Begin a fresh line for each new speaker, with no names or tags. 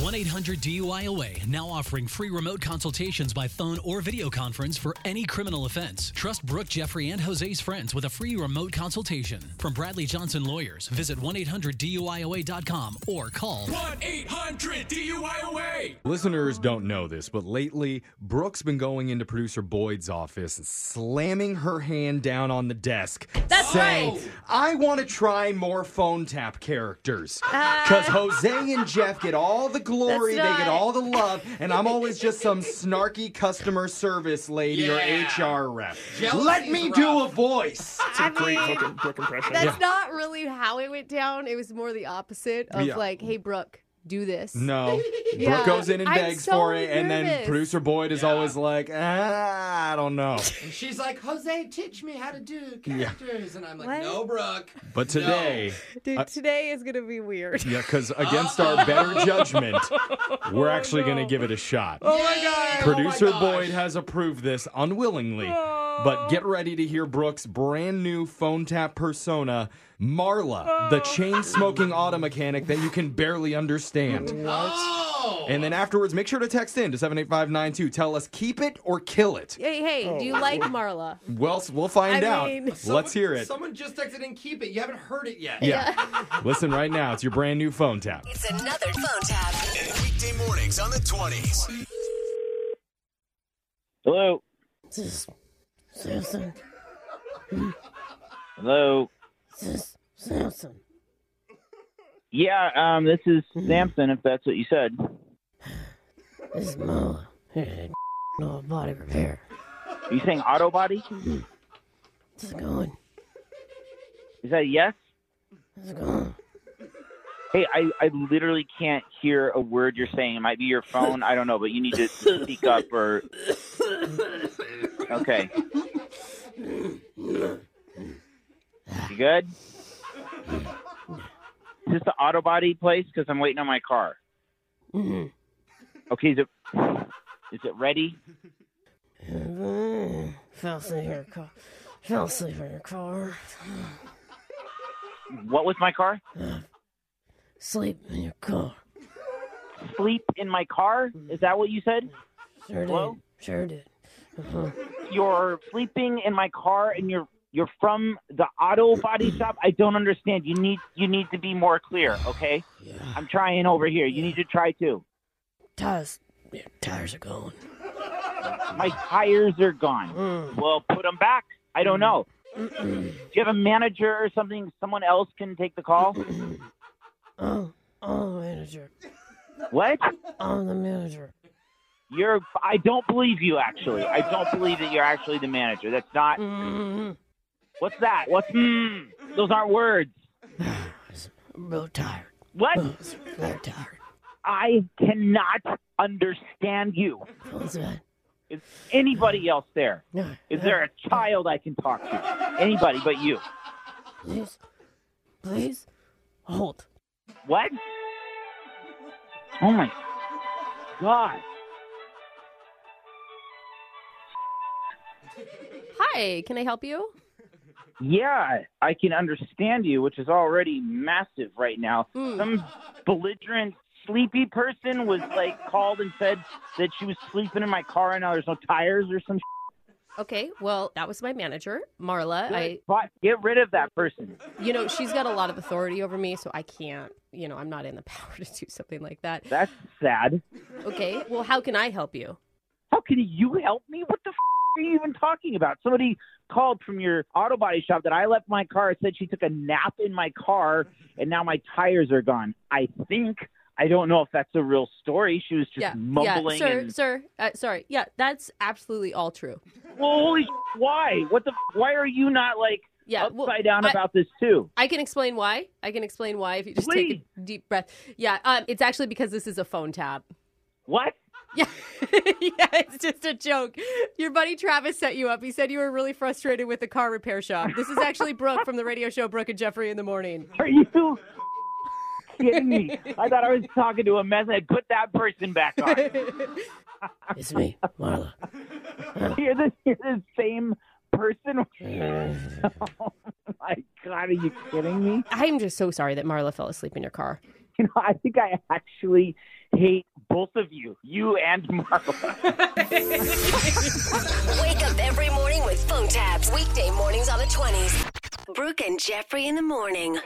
1 800 DUIOA now offering free remote consultations by phone or video conference for any criminal offense. Trust Brooke, Jeffrey, and Jose's friends with a free remote consultation. From Bradley Johnson Lawyers, visit 1 800 DUIOA.com or call
1 800 DUIOA.
Listeners don't know this, but lately, Brooke's been going into producer Boyd's office and slamming her hand down on the desk.
That's
saying,
right.
I want to try more phone tap characters. Because Jose and Jeff get all the glory, they
Ah. That's
get
not-
all the love, and I'm always just some snarky customer service lady
Yeah.
or HR rep.
Jealousy's
Let me do a voice.
I
Great
mean,
fucking Brooke impression.
that's not really how it went down. It was more the opposite of
Yeah.
like, hey, Brooke, do this.
No.
Yeah.
Brooke goes in and
I'm
begs
so
for it, and then
nervous.
producer Boyd is always like, ah, I don't know.
And she's like, Jose, teach me how to do characters. And I'm like,
What?
no, Brooke.
But today,
Dude, today is gonna be weird.
yeah, because against our better judgment, we're actually going to give it a shot.
Oh my God.
Producer Boyd has approved this unwillingly. But get ready to hear Brooke's brand new phone tap persona, Marla, the chain smoking auto mechanic that you can barely understand.
Oh.
And then afterwards, make sure to text in to 78592. Tell us keep it or kill it.
Hey, hey, do you like Marla?
Well, we'll find
I
out.
mean-
Let's hear it.
Someone just texted and keep it. You haven't heard it yet.
Yeah. Listen right now. It's your brand new phone tap.
It's another phone tap.
Weekday mornings on the 20s.
Hello.
Samson.
Hello.
S- Samson.
Yeah, um, this is Samson, if that's what you said.
This is Mo. Here, no body repair.
Are you saying auto body?
How's it going?
Is that a yes?
How's it going?
Hey, I, I literally can't hear a word you're saying. It might be your phone. I don't know, but you need to speak up or. Okay. You good? Is this the auto body place? Because I'm waiting on my car.
Mhm.
Okay, is it is it ready?
Mm, Fell asleep in your car. Fell asleep in your car.
What was my car?
Sleep in your car.
Sleep in my car? Is that what you said?
Sure
Hello?
did. Sure did. Uh-huh.
you're sleeping in my car and you're you're from the auto body shop. I don't understand. You need you need to be more clear, okay? I'm trying over here. You need to try too.
Tires. Your tires are going.
My tires are gone. Well, put them back. I don't know. Do you have a manager or something? Someone else can take the call.
Oh, I'm the manager.
What?
I'm the manager.
You're I don't believe you actually. I don't believe that you're actually the manager. That's not
Mm-hmm.
What's that? What's mm, Those aren't words.
I'm real tired.
What?
Very tired.
I cannot understand you.
Feels good.
Is anybody else there?
No.
Is there a child I can talk to? Anybody but you.
Please. Please. Hold.
What? Oh my God.
Hi, can I help you?
Yeah, I can understand you, which is already massive right now. Some belligerent, sleepy person was like called and said that she was sleeping in my car and now there's no tires or some
Okay, well, that was my manager, Marla. I,
shit. But get rid of that person.
you know, she's got a lot of authority over me, so I can't, you know, I'm not in the power to do something like that.
That's sad.
Okay, well, how can I help you?
How can you help me? What the f- are you even talking about? Somebody called from your auto body shop that I left my car. Said she took a nap in my car, and now my tires are gone. I think I don't know if that's a real story. She was just
yeah,
mumbling.
yeah, sir,
and,
sir, uh, sorry. Yeah, that's absolutely all true.
well, holy sh- why? What the? F- why are you not like
Yeah,
upside
Uh, well,
down
I-
about this too?
I can explain why. I can explain why if you just take a deep breath. Yeah, um, it's actually because this is a phone tab.
What?
Yeah. yeah, it's just a joke. Your buddy Travis set you up. He said you were really frustrated with the car repair shop. This is actually Brooke from the radio show Brooke and Jeffrey in the Morning.
Are you kidding me? I thought I was talking to a mess. I put that person back on.
It's me, Marla.
you're, the, you're the same person.
Uh,
Oh my god, are you kidding me?
I'm just so sorry that Marla fell asleep in your car.
You know, I think I actually hate both of you, you and Marla.
Wake up every morning with phone taps. Weekday mornings on the 20s. Brooke and Jeffrey in the morning.